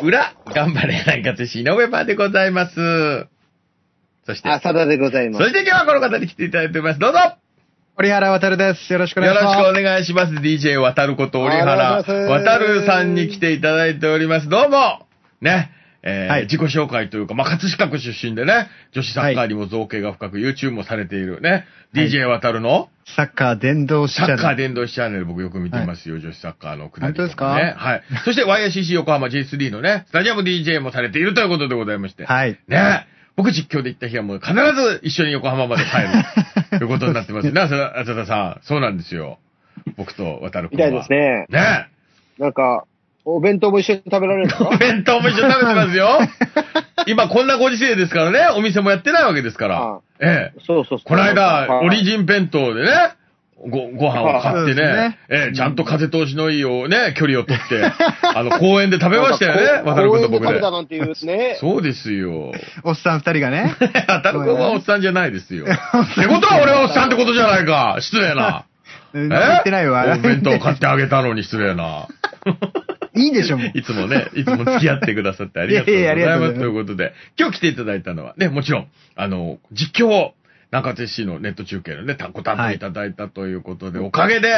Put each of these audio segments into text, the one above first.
裏、頑張れないかとし、井上パンでございます。そして、浅田でございまそす。して今日はこの方に来ていただいております。どうぞ堀原渡です。よろしくおよ願ろいししくます。お願いします。DJ 渡ること折原ありがとうござ渡いまするさんに来ていただいております。どうもね、えーはい自己紹介というか、まあ、葛飾区出身でね、女子サッカーにも造形が深く、YouTube もされているね、はい DJ 渡るのサッカー伝道者サッカー伝道師チャンネル僕よく見てますよ、女子サッカーのくだりとかね本当ですかはい。そして YSCC 横浜 J3 のね、スタジアム DJ もされているということでございまして。はい。ねえ。僕実況で行った日はもう必ず一緒に横浜まで帰るということになってます。な、あ浅田 さん、そうなんですよ。僕と渡るみ君は。たいです。ね。ねなんか、お弁当も一緒に食べられるんですえ。おか弁当も一緒に食べてます よ。今こんなご時世ですからね、お店もやってないわけですからは。ええ。そうそうそう。この間、オリン。ジン弁当でね、ご、ご飯を買ってね、はいええ、ちゃんと風通しのいいをね、距離をとって、 あの、公園で食べましたよね、なん渡かるこう君と僕公で園で食べた。なんていうね。そうですよ。おっさん二人 がね。渡る君はおっさんじゃないですよ。ってことは俺はおっさんってことじゃないか。失礼な。うん言ってないわ。お弁当買ってあげたのに失礼な。いいでしょ、もう。 いつもね、いつも付き合ってくださってありがとうございます。いやいやありがとうございますということで、今日来ていただいたのは、ね、もちろん、あの、実況を、中手市のネット中継のね、たご担当いただいたということで、おかげで、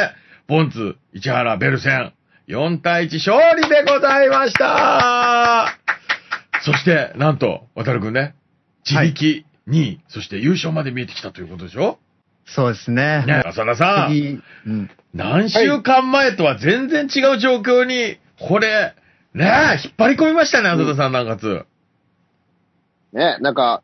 ボンツ、市原、ベルセン、4対1勝利でございましたそして、なんと、渡るくんね、自力2位、そして優勝まで見えてきたということでしょそうですね。ね、浅田さん。次、うん。何週間前とは全然違う状況に、これ、ねえ、引っ張り込みましたね、浅田さんなんかつ。ね、なんか、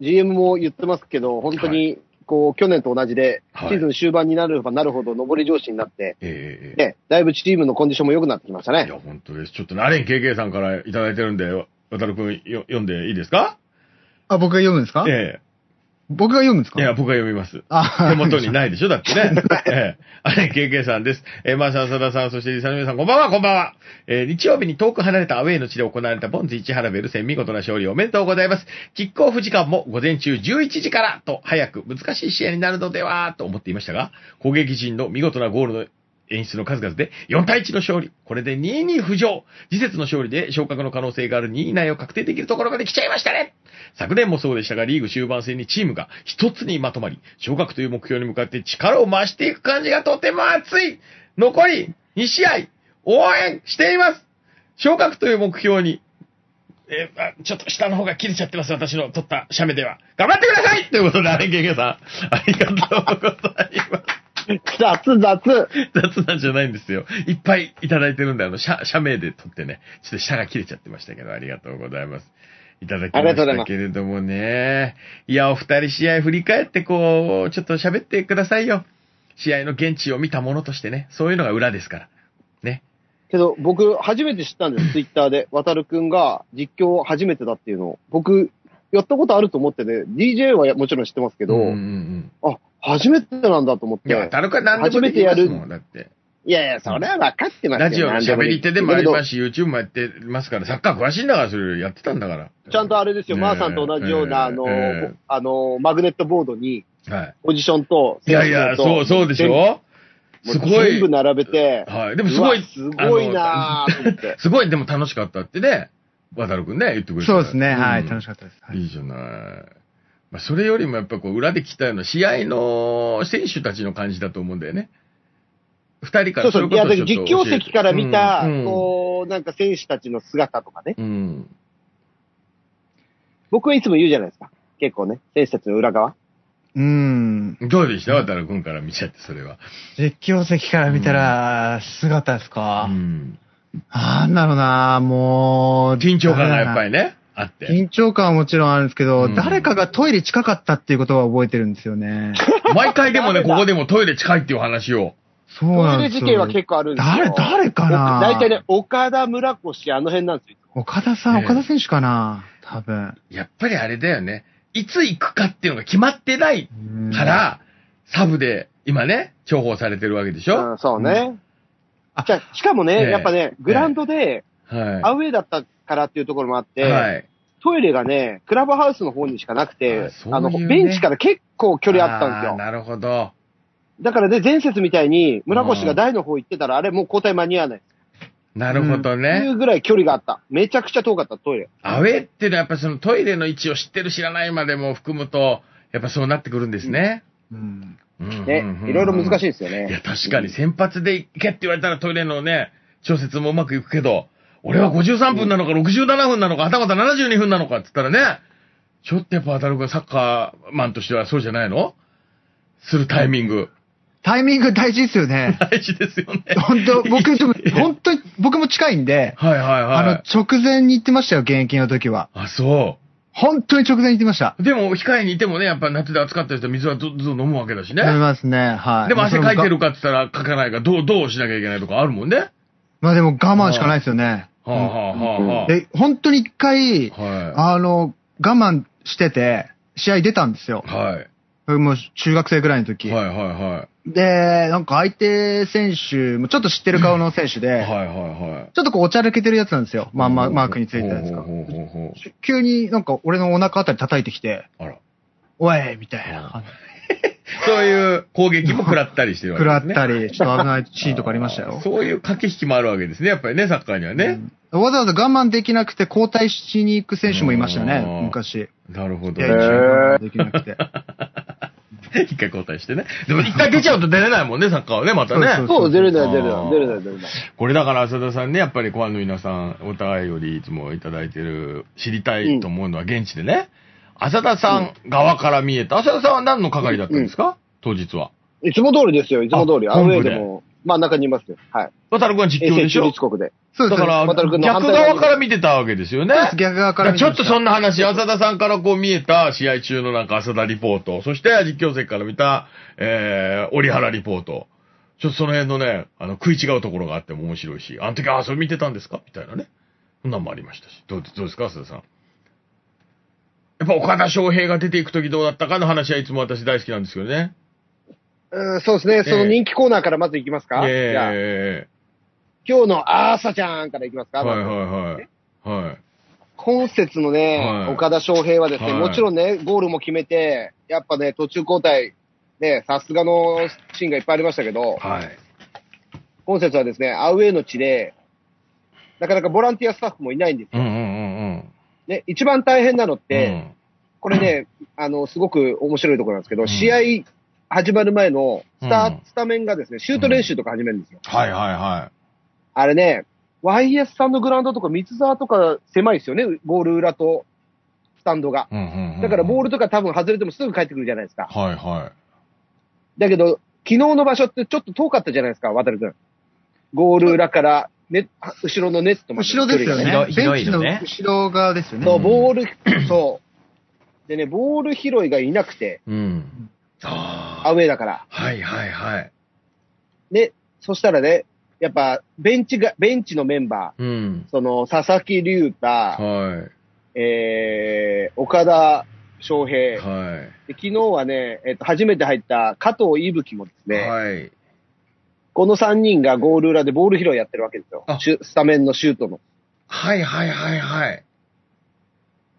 GM も言ってますけど、本当に、こう、去年と同じで、シはいーズン終盤になればなるほど上り調子になって、ええね、だいぶチームのコンディションも良くなってきましたいね。や、本当です。ちょっとね、アレン KK さんからいただいてるんで、渡るくんよ読んでいいですかあ、僕が読むんですかえ僕が読むんですえ。かいや、僕が読みます。あ手元にないでしょだってね。ええ。あれ、KK さんです。えー、まーさん、さださん、そして、リサの皆さん、こんばんは、こんばんは。えー日曜日に遠く離れたアウェイの地で行われたボンズ市原ベルセン、見事な勝利おめでとうございます。キックオフ時間も午前中11時からと、早く難しい試合になるのでは、と思っていましたが、攻撃陣の見事なゴールの演出の数々で4対1の勝利。これで2位に浮上。次節の勝利で昇格の可能性がある2位以内を確定できるところまで来ちゃいましたね。昨年もそうでしたが、リーグ終盤戦にチームが一つにまとまり、昇格という目標に向かって力を増していく感じがとても熱い。残り2試合、応援しています。昇格という目標に、えーあ、ちょっと下の方が切れちゃってます、私の取った写メでは。頑張ってくださいということで、アレンゲゲさん、ありがとうございます。雑、雑。 雑なんじゃないんですよ。いっぱいいただいてるんで、あの、社、社名で取ってね、ちょっと社が切れちゃってましたけど、ありがとうございます。いただきまありがとうございしまたすけれどもね。いや、お二人試合振り返って、こう、ちょっと喋ってくださいよ。試合の現地を見たものとしてね、そういうのが裏ですから。ね。けど、僕、初めて知ったんです、ツイッターで。渡るくんが実況初めてだっていうのを。僕、やったことあると思ってね、DJ はやもちろん知ってますけど、んんあ、初めてなんだと思っうん。て。いや、当たるか何でもできますもん、だって。いやいや、それは分かってますよラジオの何で喋もり手でもありますすし、YouTube もやってますから、サッカー詳しいんだから、それやってたんだから。ちゃんとあれですよ、ねえマーさんと同じような、あの、ええあの、マグネットボードに、はい。ポジションと、いやいや、選手そう、名とそうでしょ全す部ごい。全部並べて、はい。でもすごういわ。すごいなぁ、と思っあの。てすごい、でも楽しかったってね、渡るくんね、言ってくれたか そらうですね。はい。楽しかっかったです。はいいいじゃない。まあ、それよりもやっぱこう、裏で聞いたような、試合の選手たちの感じだと思うんだよね。二人かそらうそう、いれや、こだそけどちょっと実況席から見た、うんうんこう、なんか選手たちの姿とかね。うん。僕はいつも言うじゃないですか。結構ね、選手たちの裏側。うん。どうでした渡るくんから見ちゃって、それは。実況席から見たら、姿ですかう。ん。なんだろうなもう。緊張感がやっぱりね、あって。緊張感はもちろんあるんですけど、うん誰かがトイレ近かったっていうことは覚えてるんですよね。毎回でもね、こダメだこでもトイレ近いっていう話を。そうこれなんでです事よ。件は結構あるんですよ。誰、誰かな大体ね、岡田村越、あの辺なんですよ。岡田さん、ええ岡田選手かな多分。やっぱりあれだよね。いつ行くかっていうのが決まってないうんから、サブで、今ね、重宝されてるわけでしうょ、ん、そうね。あじゃあしかもね、ええやっぱね、グラウンドで、アはウェイだったからっていうところもあっい。て、はい。トイレがね、クラブハウスの方にしかなくて、あそういうねあの、ベンチから結構距離あったんであすーよ。なるほど。だからね、前節みたいに、村越が台の方行ってたら、あれもう交代間に合わない。なるほどていね。うぐらい距離があった。めちゃくちゃ遠かった、トイレ。アウェーっていうのはやっぱそのトイレの位置を知ってる知らないまでも含むと、やっぱそうなってくるんですね。うん。ね、いろいろ難しいい。ですよね。いや、確かに先発で行けって言われたらトイレのね、調節もうまくいくけど、俺は53分なのか67分なのか、はたまた72分なのかって言ったらね、ちょっとやっぱ当たるがサッカーマンとしてはそうじゃないのするタイミング。タイミング大事ですよね。大事ですよね。本 当僕、でも本当に、僕も近いんで、はいはいあのはい。、直前に行ってましたよ、現役の時は。あそ本当に直前に行ってました。う。でも、控えにいてもね、やっぱ夏で暑かったりしたら水はずっと飲むわけだしね。思いますね、はい。でも汗かいてるか。かって言ったらかかないから、どう、どうしなきゃいけないとかあるもんね。まあでも我慢しかないですよね。はあ、はあはあはあ、で、本当に一回、はあの、我慢してて、試合出たんですよい。。はい。もう中学生ぐらいの時。はいはいはで、なんか相手選手、もちょっと知ってる顔の選手で、い。はいはいはい。ちょっとこうおちゃらけてるやつなんですよ。まあまあ、マークについてたんですかほ。うほうほうほう急になんか俺のお腹あたり叩いてきて、あら。おいみたいな感じそういう攻撃も食らったりしてるで。わ食けらですっね。たり、ちょっと危ないシーンとかありましたあーよ。そういう駆け引きもあるわけですね、やっぱりね、サッカーにはね。わざわざ我慢できなくて交代しに行く選手もいましたうね、ん昔。なるほどいや、。へ一ー応我慢できなくて。一回交代してね。でも一回出ちゃうと出れないもんね、サッカーはね、またね。そうそう、出るな、出るあーな、出るな、出るな。これだから浅田さんね、やっぱりコアの皆さん、お互いよりいつもいただいてる、知りたいと思うのは現地でね、浅田さん側から見えた、浅田さんは何の係だったんですか、当日は。いつも通りですよ、いつも通り。あアウェー本部ででも、真ん中にいますよ。はい。渡るくんは実況衛星でし中ょ立国で。そうでだす。から、渡るくんの反逆対側側から見てたわけですよねそうで。す逆側から見ちまょしったとそんな話、浅田さんからこう見えた試合中のなんか浅田リポート、そして実況席から見た、えー、折原リポート。ちょっとその辺のね、あの、食い違うところがあっても面白いし、あの時、ああ、それ見てたんですかみたいなね。そんなんもありましたし。どうどうですか、浅田さん。やっぱ岡田翔平が出ていく時どうだったかの話はいつも私大好きなんですけどね。うんそうですね、その人気コーナーからまず行きますか。じゃあ、え今日のアーサちゃんから行きますえか。はいまずはいはい。はい。今節のね、はい岡田翔平はですね、はいもちろんね、ゴールも決めて、やっぱね、途中交代、ね、さすがのシーンがいっぱいありましたけど、はい。今節はですね、アウェーの地で、なかなかボランティアスタッフもいないんですうんうんうんうん。ね。一番大変なのって、うんこれね、あの、すごく面白いところなんですけど、うん試合始まる前のスタ、うんスタメンがですね、シュート練習とか始めるんですよ。はいはいはい。あれね、YS さんのグラウンドとか三沢とか狭いですよね、ゴール裏とスタンドが。うんうんうんだからボールとか多分外れてもすぐ帰ってくるじゃないですか。はいはい。だけど、昨日の場所ってちょっと遠かったじゃないですか、渡るくん。ゴール裏から、ね、後ろのネットまで。後ろですよひどねい。ひどベンいチののね後ろ側ですよね。そう、ボール、そう。でね、ボール拾いがいなくて、うん。あアウェーだから。あ。はいはいはい。で、そしたらね、やっぱ、ベンチが、ベンチのメンバうんー、。その、佐々木隆太、はえー、岡田翔い。平、はで昨日はね、えっと、初めて入った加藤伊吹もですい。ね、はい。この3人がゴール裏でボール拾いやってるわけですよあ。シュスタメンのシュートの。はいはいはいはい。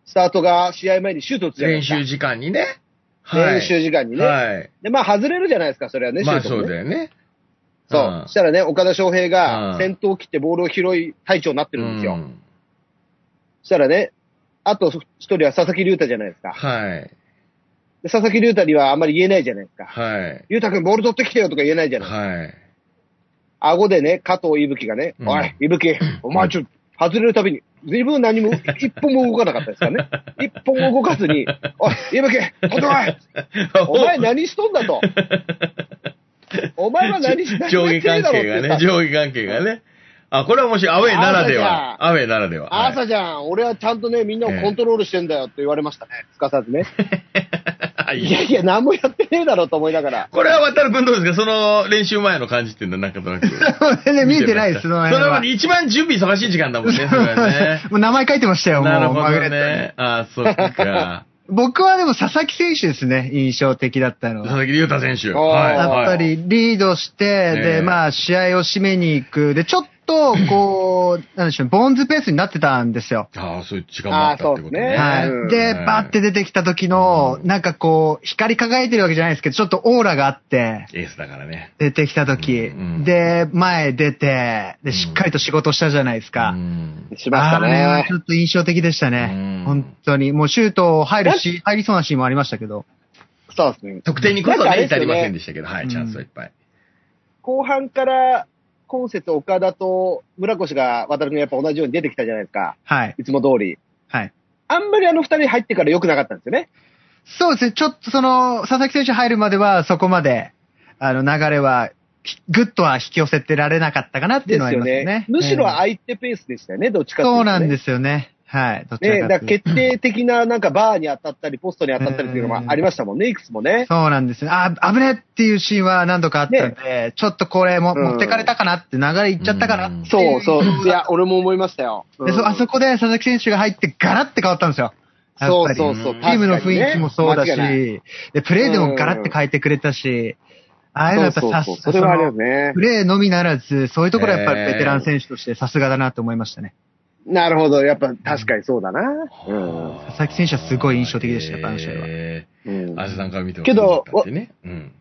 スタートが試合前にシュート打つじゃない練ですか。習時間にね。はい。練習時間にね。はい。で、まあ、外れるじゃないですか、それはね、シまュあートもそね、うだよね。そう。そしたらね、岡田翔平うんが先頭を切ってボールを拾い隊長になってうるんですよ。ん。そしたらね、あと一人は佐々木隆太じゃないですか。はい。で佐々木隆太にはあんまり言えないじゃないですか。はい。隆太君ボール取ってきてよとか言えないじゃないはですか。い。顎でね、加藤伊吹がね、うんおい、伊 吹、お前ちょっと、外れるたびに、随分何も、一歩も動かなかったで すからね。一歩も動かずに、おい、伊吹、取ってこいお前何しとんだと。お前は何し、何 上もや下関ってねえだろ係ってがさね、上下関係がね。あ、これは面白い。アウェイならでは。アウェイならでは。はい朝じゃん、俺はちゃんとね、みんなをコントロールしてんだよって言われましたね、すかさず ね。いやいや、何もやってねえだろうと思いながら。これは渡るくんどうですかその練習前の感じっていうのはなんかとなく。全然見えてないです、そそれの辺はは一番準備忙しい時間だもんね、それはね。もう名 前書いてましたよ、もう。なるほマグレどットにね。あー、そっ か。僕はでも佐々木選手ですね、印象的だったの佐は。々木隆太選手。あーはい。やっぱはい。りリードして、ええで、まあ試合を締めに行く。で、ちょっと、こ う、なんでしょう、ボーンズペースになってたんですよ。ああ、そういう時間もあったってことね。あはーそうでい。すねで、バーって出てきた時の、なんかこう、光り輝いてるわけじゃないですけど、ちょっとオーラがあって、エースだからね。出てきた時うんうん、で、前出て、んで、しっかりと仕事したじゃないですうか。んしましたあれはねち。ょっと印象的でしたうんね。本当に。もうシュート入るし、入りそうなシーンもありましたけど。そうですね。得点にこそなんかあね、れです至よりねませんでしたけど、はい、チャンスはいっぱい。後半から、今節岡田と村越が渡君やっぱ同じように出てきたじゃないですか。はい。いつも通り。はい。あんまりあの二人入ってから良くなかったんですよね。そうですね。ちょっとその、佐々木選手入るまでは、そこまで、あの、流れは、ひぐっとは引き寄せてられなかったかなっていでうのはあすりよますよねね。。むしろあ相手ペースでしたよね、どっちかっていうと、ね。そうなんですよね。はい。どちね、らだからかというと決定的ななんかバーに当たったり、ポストに当たったりっていうのもありましたもんね、いくつもね。そうなんですね。あ、危ねっていうシーンは何度かあったんで、ちょっとこれも、うん持ってかれたかなって、流れいっちゃったかなっていそうそう。いでや、俺も思いましたよ。うんそあそこで佐々木選手が入って、ガラって変わったんですよ。やっそうぱりそうそう。チチームの雰囲気もそうだし、確かにねで、プレーでもガラって変えてくれたし、ああいう間違いないのやっぱそうさそうそう。すそれはあれですね プ。レーのみならず、そういうところはやっぱりベテラン選手としてさすがだなと思いましたね。なるほど。やっぱ確かにそうだな。うんはあ佐々木選手はすごい印象的でしたやっぱあの試合はへうんーアジさんから見てもけどそうだったってね。うん。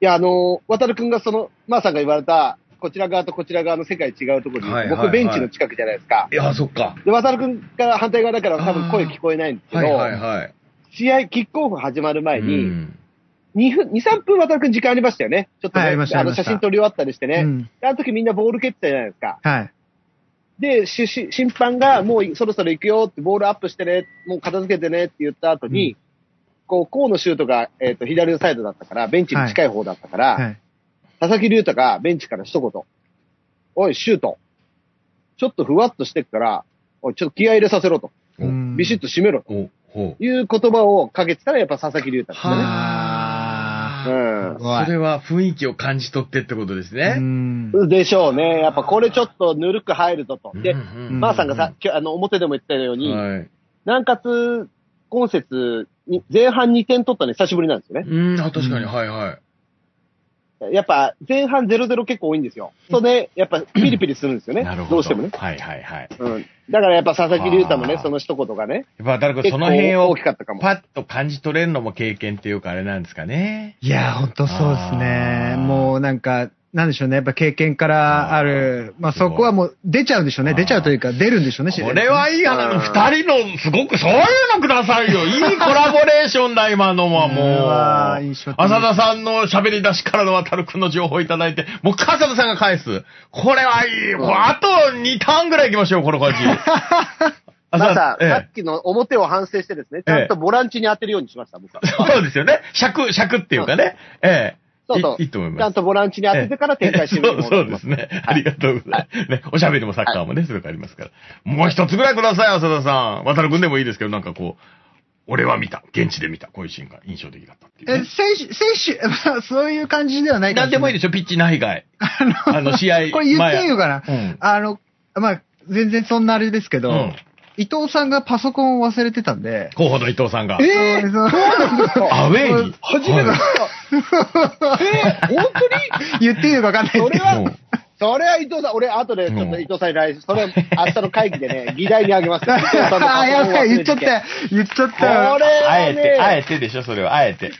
いや、あの、渡るくんがその、まーさんが言われた、こちら側とこちら側の世界違うところに、はいはいはい僕ベンチの近くじゃないですか。いや、そっか。で、渡るくんから反対側だから多分声聞こえないんですけど、はいはいはい。試合、キックオフ始まる前うに、ん2分、2、3分渡るくん時間ありましたよね。ちょっとね、はいありましたのありま写した真撮り終わったりしてね。うん。であの時みんなボール蹴ってたじゃないですか。はい。で、しし審判がもうそろそろ行くよって、ボールアップしてね、もう片付けてねって言った後に、こう、河野シュートが、えっ、と、左のサイドだったから、ベンチに近い方だったから、はい。佐々木隆太がベンチから一言。おい、シュート。ちょっとふわっとしてっから、おい、ちょっと気合入れさせろと。うんビシッと締めろと。お、ほう。いう言葉をかけてたら、やっぱ佐々木隆太ですね。はうんすごあ。いそれは雰囲気を感じ取ってってことですうね。んでしょうね。やっぱこれちょっとぬるく入るぞと。でう、んまーさんがさ、きょあの、表でも言ったように、はい。南葛、今節に、前半2点取ったの久しぶりなんですよね。うん、あ、確かに、はいはい。やっぱ前半0-0結構多いんですよ。そうね、やっぱピリピリするんですよね。なるほど。どうしてもね。はいはいはい。うん。だからやっぱ佐々木隆太もあねー、その一言がね、やっぱ、だから結そ構の辺を大きかったかも。パッと感じ取れるのも経験っていうか、あれなんですかね。いや、本当そうですあねー。もうなんか、なんでしょうね。やっぱ経験からある。まあすごいそこはもう出ちゃうんでしょうあーね。出ちゃうというか、出るんでしょうね、自然ことねれはいいやなの、二人の、すごく、そういうのください よ。いいコラボレーションだ、今のはこれはもう。印象的浅田さんの喋り出しからの渡るくんの情報いただいて、もう一回浅田さんが返す。これはいい。もうあと2ターンぐらい行きましょう、この 感じ。まあ浅田、、ささえっきの表を反省してですね、ちゃんとボランチに当てるようにしました、僕はえ。。そうですよね。尺、尺っていうかね。ええ。そうそういいいと思いますちゃ。んとボランチに当ててから展開してみそうる そうですね。ありがとうございます。ね、おしゃべりもサッカーもね、すごくありますから。もう一つぐらいください、浅田さん。渡るくんでもいいですけど、なんかこう、俺は見た。現地で見た。こういうシーンが印象的だったっていうえね、選手、選手、 まあそういう感じではないか。なんでもいいですしょ、ピッチ内外。あの、あの、試合前。 これ言っていいのかなうん。あの、まあ、全然そんなあれですけうど、ん。伊藤さんがパソコンを忘れてたんで、候補の伊藤さんが。えーそのアウェイに。初めてはだい。 えー、本当に 言っていいのかわかんないですそけれど。うはん、それは伊藤さん、俺、後でちょっと伊藤さんに来週、それ、明日の会議でね、議題にあ げます。伊藤さんのあ、やばい、言っちゃっこれた。言っちゃっはた。あえて、あね、えてでしょ、それは。あえて。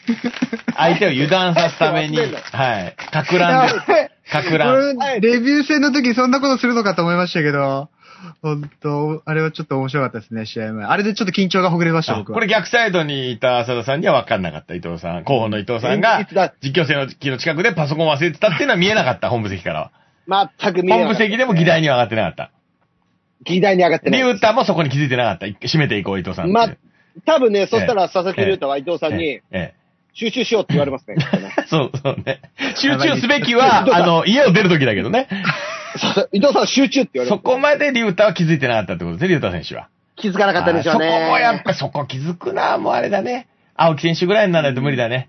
相手を油断さすた めに、忘れんなはい。かく乱 です。かく乱。俺デビュー戦の時そんなことするのかと思いましたけど、本当あれはちょっと面白かったですね、試合前。あれでちょっと緊張がほぐれました、あ僕こは。れ逆サイドにいた浅田さんには分かんなかった、伊藤さん。候補の伊藤さんいがつだ、実況席の機の近くでパソコン忘れてたっていうのは見えなか った、本部席からは。全く見え本な部かった席でも議題には上がってなかっ。議題に上がったてリね。ュータもそこに気づいてなかった。締めていこう、伊藤さんっていう。ま、多分ね、そしたら佐々木隆太は伊藤さんえに、ええ集中しようって言われますね。 えそう、そうね。集中すべきは、あの、家を出るときだけど ね。そう伊藤さん集中って言われまそす。こまでリュータは気づいてなかったってことですね、リュータ選手は。気づかなかったでしょうね。あーそこもやっぱりそこ気づくな、もうあれだね。青木選手ぐらいにならないと無理だね。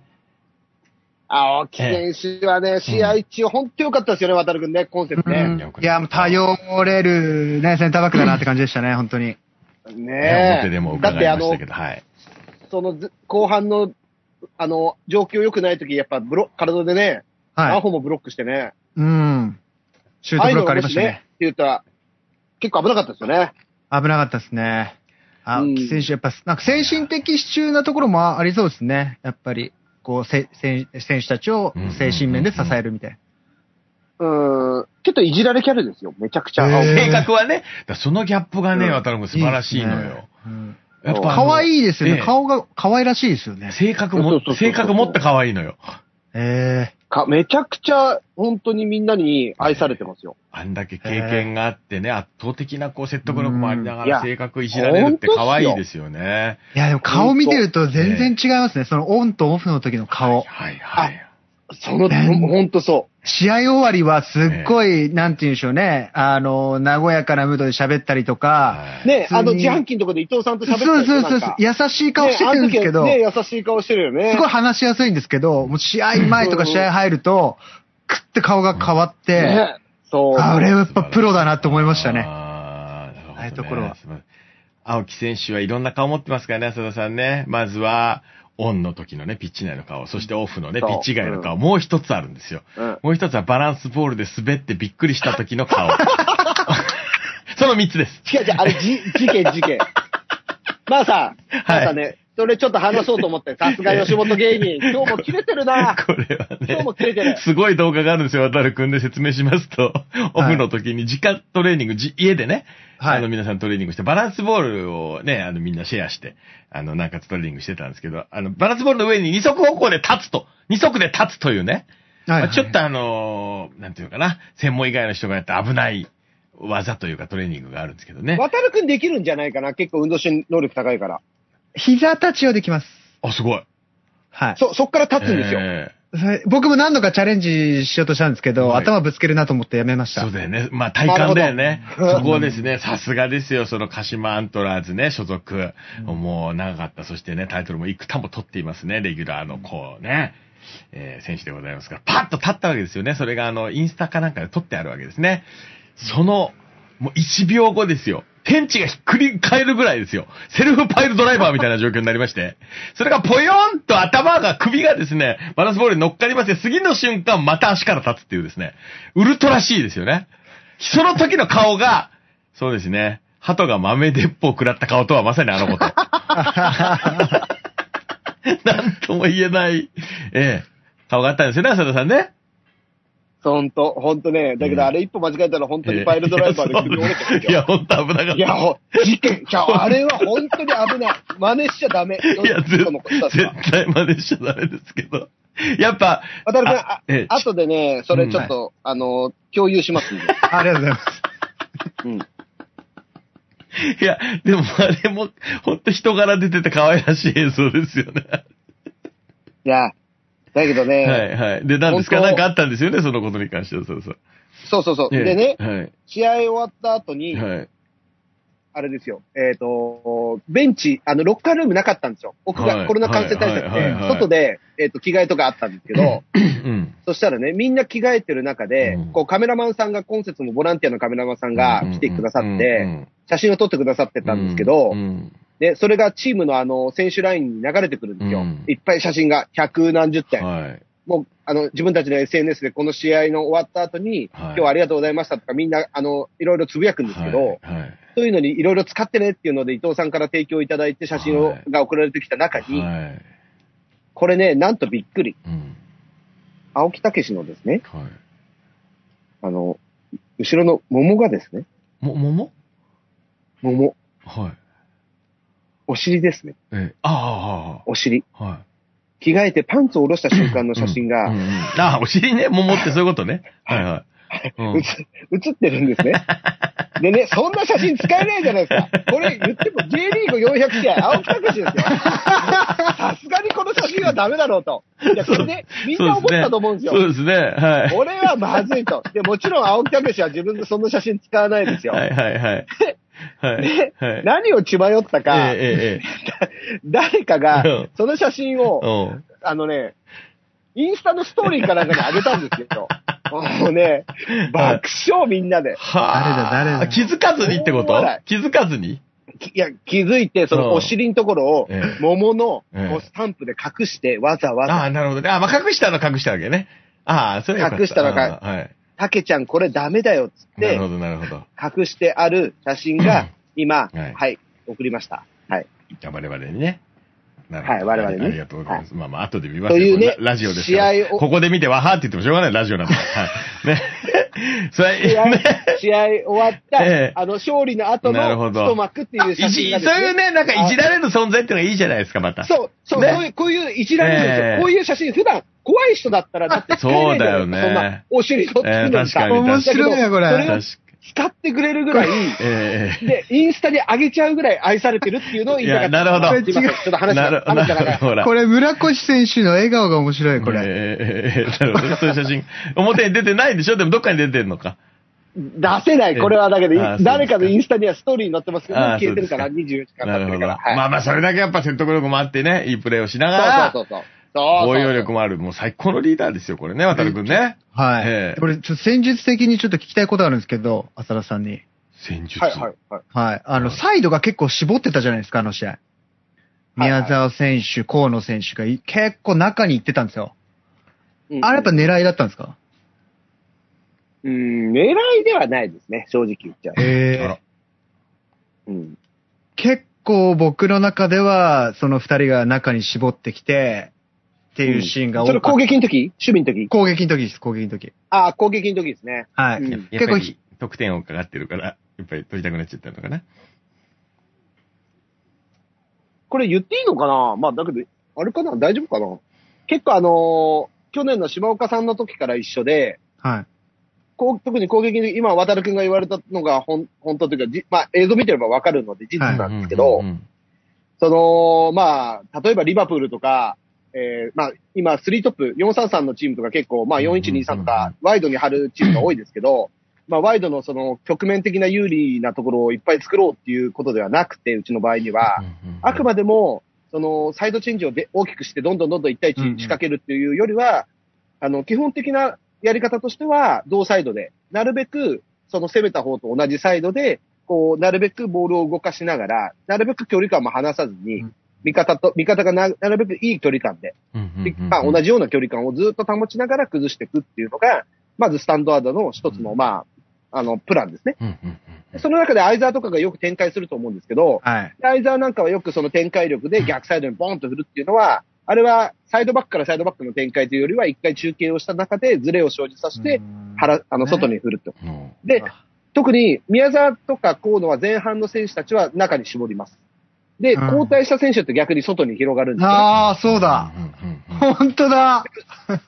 青木選手はね、試合中、本当良かったですよね、渡るくんね、今節うんね。よくいや、もう頼れるね、センターバックだなって感じでしたね、本当に。ね表でもだっ伺ていあましのたけ、ど、はい。そのず後半の、あの、状況良くない時、やっぱブロ体でね、アはい。ホもブロックしてね、うん。シュートブロックありましたね。言ったら、結構危なかったですよね。危なかったですね。あ、うん選手、やっぱ、なんか精神的支柱なところもありそうですね。やっぱり、こう、せ選選手たちを精神面で支えるみたいな。うーん、ちょっといじられキャラですよ、めちゃくちゃ。へー計画はね、だからそのギャップがね、うん渡るも素晴らしいのよ。うん。やっぱあの可愛いですよえね。え顔が可愛らしいですよね。性格そもうそうそうそ、う性格もって可愛いのよ。ええかめちゃくちゃ、本当にみんなに愛されてますよ。あんだけ経験があってね、圧倒的なこう説得力もありながうんいらや性格いじられるってほんとっすよ可愛いですよね。いや、でも顔見てると全然違いますね。そのオンとオフの時の顔。はいはい。その、ね本当そ試合終わりはすっごい、なんて言うんでしょうね。あの、和やかなムードで喋ったりとか。はいう。ね普通にあの、自販機のとこで伊藤さんと喋そっうてたでしそょうそうなんそうか。優しい顔してるんですけど。ねあの時はね、優しい顔してるよね。すごい話しやすいんですけど、もう試合前とか試合入ると、クッて顔が変わって、ねそう。あれはやっぱプロだなと思いましたね。あーなるほどねああいうところはすごい青木選手はいろんな顔持ってますからね、浅田さんね。まずは、オンの時のね、ピッチ内の顔、そしてオフのね、ピそうッチ外の顔、もう一つあるんですよ。 うんもう一つはバランスボールで滑ってびっくりした時の 顔。その三つです。違う違う、あれ、じ、事件、事 件。まあさ、まあさね、それちょっと話そうと思って、さすが吉本芸 人、今日も切れてるな。これは今日も切れてねる、すごい動画があるんですよ、渡るくんで説明しますと、オフの時に自家トレーニング、じ家でね、はいあの皆さんトレーニングして、バランスボールをね、あのみんなシェアして、あのなんかトレーニングしてたんですけど、あの、バランスボールの上に二足歩行で立つと、二足で立つというね、はいまあちょっとあのーなんていうのかな、専門以外の人がやった危ない技というかトレーニングがあるんですけどね。渡るくんできるんじゃないかな。結構運動神能力高いから。膝立ちをできます。あ、すごい。はい。そ、そっから立つんですよ。えーそれ僕も何度かチャレンジしようとしたんですけど、はい頭ぶつけるなと思ってやめました。そうだよね。まあ体感だよね。なるほどそこですね。さすがですよ。その鹿島アントラーズね、所属。もう長かった。そしてね、タイトルもいくたも取っていますね。レギュラーのこうね、えー選手でございますから。パッと立ったわけですよね。それがあの、インスタかなんかで取ってあるわけですね。その、もう1秒後ですよ。天地がひっくり返るぐらいですよ。セルフパイルドライバーみたいな状況になりまして。それがぽよんと頭が、首がですね、バランスボールに乗っかりまして、次の瞬間また足から立つっていうですね、ウルトラしいですよね。その時の顔が、そうですね、鳩が豆鉄砲を食らった顔とはまさにあのこと。なんとも言えない、ええ、顔があったんですよね、浅田さんね。ほんと、ほんとね。だけうど、んあれ一歩間違えたら本当にパイルドライバーで首折れてくるいよ。や、ほんと危なかった。いや、ほ、事件、いや、あれは本当に危ない。真似しちゃダメ。いや、絶その子たちは絶対真似しちゃダメですけど。やっぱ、渡るくん、あええ、後でね、それちょっと、あの、共有しま すんで。ありがとうございます。うん。いや、でもあれも、ほんと人柄出てて可愛らしい映像ですよね。いや、だけどね、はいはい。で、何ですか本当なんかあったんですよね、そのことに関しては。そうそう。そうそうそう。ええでね、は試合終わった後に、い。はい。あれですよ、えっ、と、ベンチ、あの、ロッカールームなかったんですよ。奥が、はいコロナ感染対はい策はいではいはい、外で、えっ、と、着替えとかあったんですけ ど、うん。そしたらね、みんな着替えてる中で、うんこう、カメラマンさんが、今節もボランティアのカメラマンさんが来てくださっうんうて、ん写真を撮ってくださってたんですけど、うんで、それがチームのあの、選手ラインに流れてくるんですよ。うんいっぱい写真が、百何十点。はい。もう、あの、自分たちの SNS でこの試合の終わった後に、はい今日はありがとうございましたとか、みんな、あの、いろいろつぶやくんですけど、はいはい。そういうのにいろいろ使ってねっていうので、伊藤さんから提供いただいて写真を、はいが送られてきた中に、はい。これね、なんとびっくり。うん。青木武のですね、はい。あの、後ろの桃がですね、も、桃桃、はい。お尻ですね、ええ、あお尻。あ、はい。着替えてパンツを下ろした瞬間の写真うがんうんああ、お尻ね、桃ってそういう ことね。はいはい。う写、写ってる んですね。でね、そんな写真使えないじゃないですか。これ言っても J リーグ400試合、青木武です よ。さすがにこの写真はダメだろうと。いや、これね、 みんな思ったと思うんですよ。そうですね。はい。俺はまずいと。で、もちろん青木武は自分でそんな写真使わないですよ。はいはいはい。はい。はい。何を血迷ったか、えええええ誰かうがん、その写真えうを、ん。あのね、インスタのストーリーかなんかに上げたんですけ ど、もうね、爆笑みんなで。はあ。誰だ誰だ気づかずにってこ大と笑気づかずにいや、気づいて、そのお尻のところをええ、桃のええこうスタンプで隠して、わざわざ。ああ、なるほどね。ああ、まあ、隠したの隠したわけね。ああ、それはよかった隠したのかああはい。たけちゃんこれダメだよっつっなてるほ、ど、なるほど。隠してある写真が今、はいはい、送りました。はい。じゃあ我々にね。なるほどはい我々にねありがとうございます。まあまあ、後で見ますというこねれララジオですから試合をここで見てわはーって言ってもしょうがない、ラジオなんで。はい。ね。そ 試れ、合ね。、試合終わった、ええあの、勝利の後なるほのど一幕っていうい写じ真が、そういうね、なんかいじらられる存在っていうのがいいじゃないですか、また。そう、そう、ねこういう、こういういじられるんですよ。ええこういう写真、普段、怖い人だったら、だって使えないじそうゃないだよねそんな、お尻取ってるのにさ、ええ確かに面白いな、こ確それかをれ。に。使ってくれるぐらい、ええで、インスタに上げちゃうぐらい愛されてるっていうのを言いたかっいた。やなるほどすいませんちょっと話ながる、話が長い。ほら。これ、村越選手の笑顔が面白い、これ。ええなるほ ど。そういう写真。表に出てないんでしょでもどっかに出てんのか。出せない、これはだけど、ええああそうですか誰かのインスタにはストーリーに載ってますけど、もうああ消えてるから、そうで24時間な経るってほど。るから。はいまあまあ、それだけやっぱ説得力もあってね、いいプレーをしながら、そうそうそうそう。包そう容そう力もある、もう最高のリーダーですよ、これね、渡るくんね。はええい。これ、ちょっと戦術的にちょっと聞きたいことあるんですけど、浅田さんに。戦術。はいはいはい。はい。あの、はいサイドが結構絞ってたじゃないですか、あの試合。はい宮沢選手、河野選手がい結構中に行ってたんですよ。うんあれやっぱ狙いだったんですかうん、狙いではないですね、正直言っちゃう。えあらうん。結構僕の中では、その二人が中に絞ってきて、っていうシーンが多それかった攻撃の時守備の時攻撃の時です、攻撃の時。ああ、攻撃の時ですね。はい。うんやっぱり結構ひ得点をかかってるから、やっぱり取りたくなっちゃったのかな。これ言っていいのかなまあ、だけど、あれかな大丈夫かな結構あのー去年の島岡さんの時から一緒で、はい。こう特に攻撃の時今、渡るくんが言われたのがほん本当というか、じまあ、映像見てればわかるので事実なんですけうど、んうんうんその、まあ、例えばリバプールとか、えーまあ、今、3トップ、433のチームとか結構、まあ、4123とうんうんか、ワイドに張るチームが多いですけど、まあ、ワイドのその、局面的な有利なところをいっぱい作ろうっていうことではなくて、うちの場合には、うんうんあくまでも、その、サイドチェンジをで大きくして、どんどんどんどん1対1うんうん仕掛けるっていうよりは、あの、基本的なやり方としては、同サイドで、なるべく、その攻めた方と同じサイドで、こう、なるべくボールを動かしながら、なるべく距離感も離さずうにん、味方と、味方がななるべくいい距離感で、うんうんうんでまあ、同じような距離感をずっと保ちながら崩していくっていうのが、まずスタンドアードの一つの、まあ、あの、プランですね。うんうんうんその中で相沢とかがよく展開すると思うんですけど、はい。ライザーなんかはよくその展開力で逆サイドにボーンと振るっていうのは、あれはサイドバックからサイドバックの展開というよりは、一回中継をした中でズレを生じさせて、腹、あの、外に振ると。うんで、特に宮沢とか河野は前半の選手たちは中に絞ります。で、うん交代した選手って逆に外に広がるんですよね、ああ、そうだ。うんうんうんうん本当だ。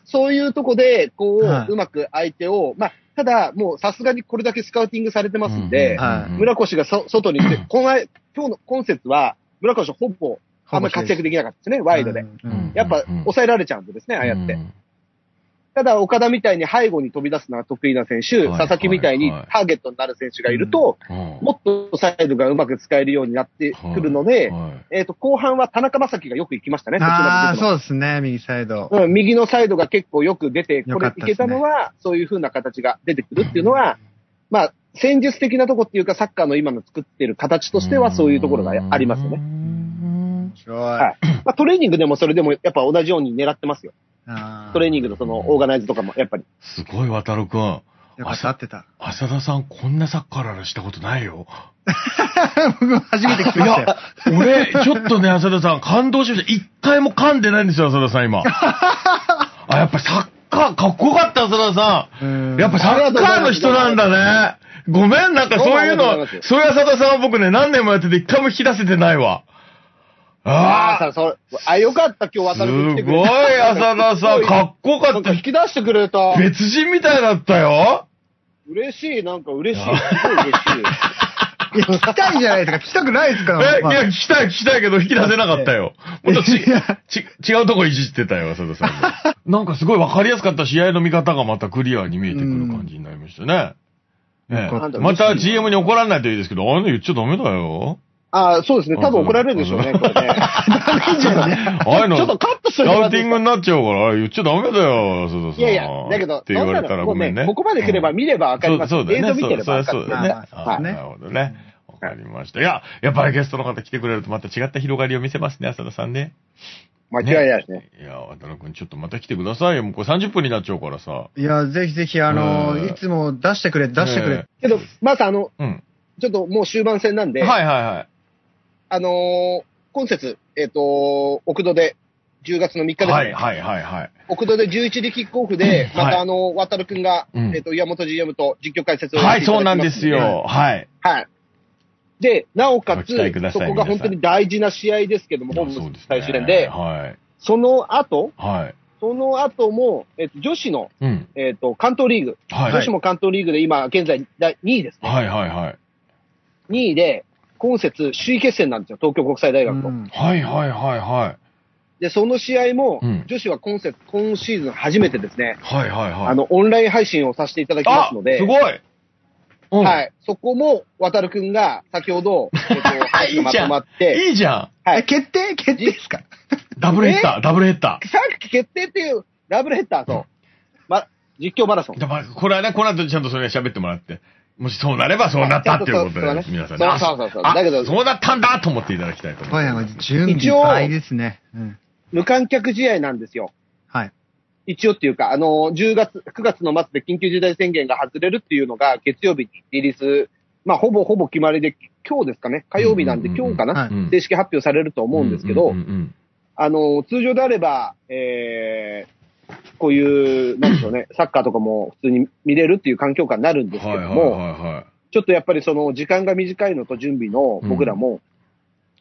そういうとこで、こ、はいううまく相手を、まあ、ただ、もうさすがにこれだけスカウティングされてますんで、はい村越がそ外に行って、この前、今日の今節は、村越ほぼあんまり活躍できなかったですね、ワイドで。うん。うんやっぱうんうん抑えられちゃうんですね、ああやっうて。んただ、岡田みたいに背後に飛び出すのは得意な選手、はい佐々木みたいにはいターゲットになる選手がいると、うんもっとサイドがうまく使えるようになってくるので、はいえっと、後半は田中将暉がよく行きましたね、ああ、う。そうですね、右サイド。うん、右のサイドが結構よく出て、よこれかっいたでけすねたのは、そういう風な形が出てくるっていうのは、まあ、戦術的なとこっていうか、サッカーの今の作ってる形としては、そういうところがありますよね。ね面。白い。はいまあ、トレーニングでもそれでも、やっぱ同じように狙ってますよ。あートレーニングのその、オーガナイズとかも、やっぱり。すごい、渡るくん。よかった合ってた。浅田さん、こんなサッカーならしたことないよ。僕初めて聞きましたよ。俺、ちょっとね、浅田さん、感動しました。一回も噛んでないんですよ、浅田さん、 今。あ、やっぱサッカー、かっこよかった、浅田さ。うんんやっぱサッカーの人なんだね。ごめん、なんかそういうどうもありがとうございのま、すそういう浅田さんは僕ね、何年もやってて一回も引き出せてないわ。あああ、そあ、よかった、今あ、日す渡る君来てくごれい、浅田さん、かっっこよかなっんかた引。き出してくれた。別人みたいだったよ。嬉しい、なんか嬉しい。すごい嬉しい。いや、聞きたいんじゃないですか。聞きたくないですかえ、いら。まあや、聞きたい、聞きたいけど、引き出せなかったよ。もっとちいや、ち、違うとこいじってたよ、浅田さんが。 なんかすごい分かりやすかった試合の見方がまたクリアに見えてくる感じになりましたね。うんねよかったまた GM に怒られないといいですけど、ああいうの言っちゃダメだ よ。ああ、そうですね。多分怒られるでしょうね、これ ね。ああいうの、ちょっスとカットしといてもカらウっていティンいですグかになっちゃうから、あれ言っちゃダメだよ、浅田さん。いやいや、だけど、って言われたらそごんなめのんもうね。ここまで来れば見ればわかります。そうそうだ映よ像ね。見てればわかそるう。だよね。まああそうあですねなるほどね。わかりました。いや、やっぱりゲストの方来てくれるとまた違った広がりを見せますね、浅田さんね。間違いないですね。いや、渡辺君、ちょっとまた来てくださいよ。もうこれ30分になっちゃうからさ。いや、ぜひぜひ、あの、うんいつも出してくれ、出してくれ。ねけど、まずあの、え。うん。ちょっともう終盤戦なんで、はいはいはい。あのー今節、えっ、と、奥戸で、10月の3日ですね、はいはいはいはい。奥戸で11時キックオフはで、いまたあの、渡るくんが、うんえっ、と、岩本 GM と実況解説をやはってい、ただそうきなんまですよ。はい。はい。で、なおかつ、ご期待くださそいこが本当に大事な試合ですけども、ホーまあそうムですね最終戦で、はい。その後、はい。その後も、えっ、と、女子の、うん。えっ、と、関東リーグ、はい。女子も関東リーグで今、現在第2位ですね。はいはいはい。 2位で、今節、首位決戦なんですよ、東京国際大学と。うんはいはいはいはい。で、その試合も、うん女子は今節、今シーズン初めてですね、はいはいはい。あの、オンライン配信をさせていただきますので、あすごい、うんはい。そこも、渡るくんが、先 ほど、えっといいじゃんまとまって、いいじゃはえ、い。決定決定ですかん。ダブルヘッダー、ダブルヘッダさっき決定っていう、ダブルヘッダーうんと、ま、実況マラソンー。。だからこれはね、この後ちゃんとそれ喋ってもらって。もしそうなればそうなったっていうことそうでねす、皆さんね。そうあそうそうそうあだけどそうだったんだと思っていただきたいと思いおいおまいす。準備倍ですね。うん。無観客試合なんですよ。はい。一応っていうか、あの、10月、9月の末で緊急事態宣言が外れるっていうのが、月曜日にリリース、まあ、ほぼほぼ決まりで、今日ですかね、火曜日なんでうんうん今日かな、はいうん正式発表されると思うんですけど、うんうんあの、通常であれば、えー、こういう、なんでしょうね、サッカーとかも普通に見れるっていう環境下になるんうんですはけいどはいも、はいはい。ちょっとやっぱりその時間が短いのと準備の僕らも、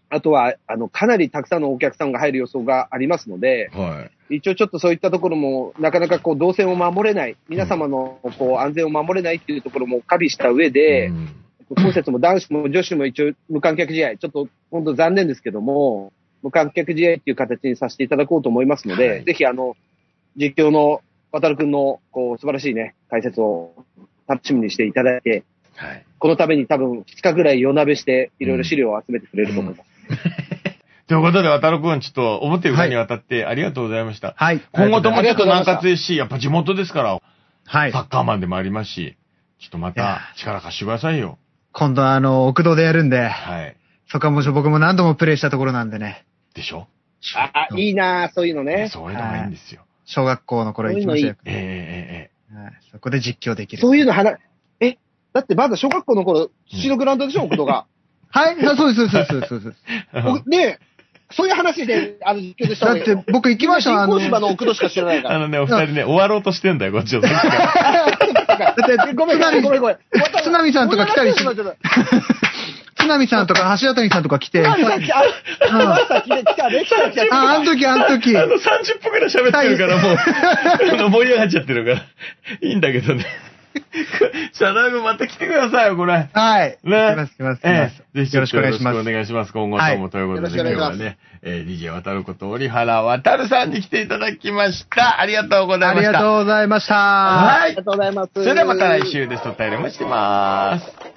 あとは、あの、かなりたくさんのお客さんが入る予想がありますので、はい。一応ちょっとそういったところも、なかなかこう、動線を守れない、皆様のこう、安全を守れないっていうところも加味した上でう、ん今節も男子も女子も一応無観客試合、ちょっと本当残念ですけども、無観客試合っていう形にさせていただこうと思いますので、はいぜひあの、実況の渡るくんのこう素晴らしいね、解説を楽しみにしていただいて、はい。このために多分2日ぐらい夜なべしていろいろ資料を集めてくれると思います。ということで、渡るくん、ちょっと思って裏にわたってありがとうございました。はい。今後ともあちりょっがととうご南ざいました葛ですし、やっぱ地元ですから、はいサ。ッカーマンでもありますし、ちょっとまいやた力貸してくださいよ。今度はあの、奥堂でやるんで、はい。そこはもう僕も何度もプレイしたところなんでね。でしょあ、いいなぁ、そういうのね。そういうのがいいんですよ。小学校の頃行きましたよ。えええええはい。そこで実況できる。そういうの話、え、だってまだ小学校の頃、土のグラウンドでしょ、奥戸が。はい。あそうです、そうです、そうですそう です。えおねえ、そういう話で、あの、実況でしただんっだけどて僕行きましたよ、人あの工、芝の奥戸しか知らないからあ。のね、お二人ね、終わろうとしてんだよ、こっちを。だっ てごめん、ごめん、ごめん、ごめん。津波さんとか来たりし津波さん 津波さんとか橋谷さんとか来て、あ、来た、津波さん来て来た、レクチャー来た。あの時、あの時。あの、30分くらい喋ってるから、もう、 あの、盛り上がっちゃってるから、いいんだけどね。 社内もまた来てくださいよ、これ。はい。ね。行きます、行きます、行えきえます。よろしくお願いしまよろしくおす。願いします。今後はといもということで、よ今ろし日くお願はいしますね、えー、DJ 渡ること、折原渡るさんに来ていただきました。ありがとうござあいまりした。がとうございました。はありがとうございます。それではまた来週です。お便りもしてまーす。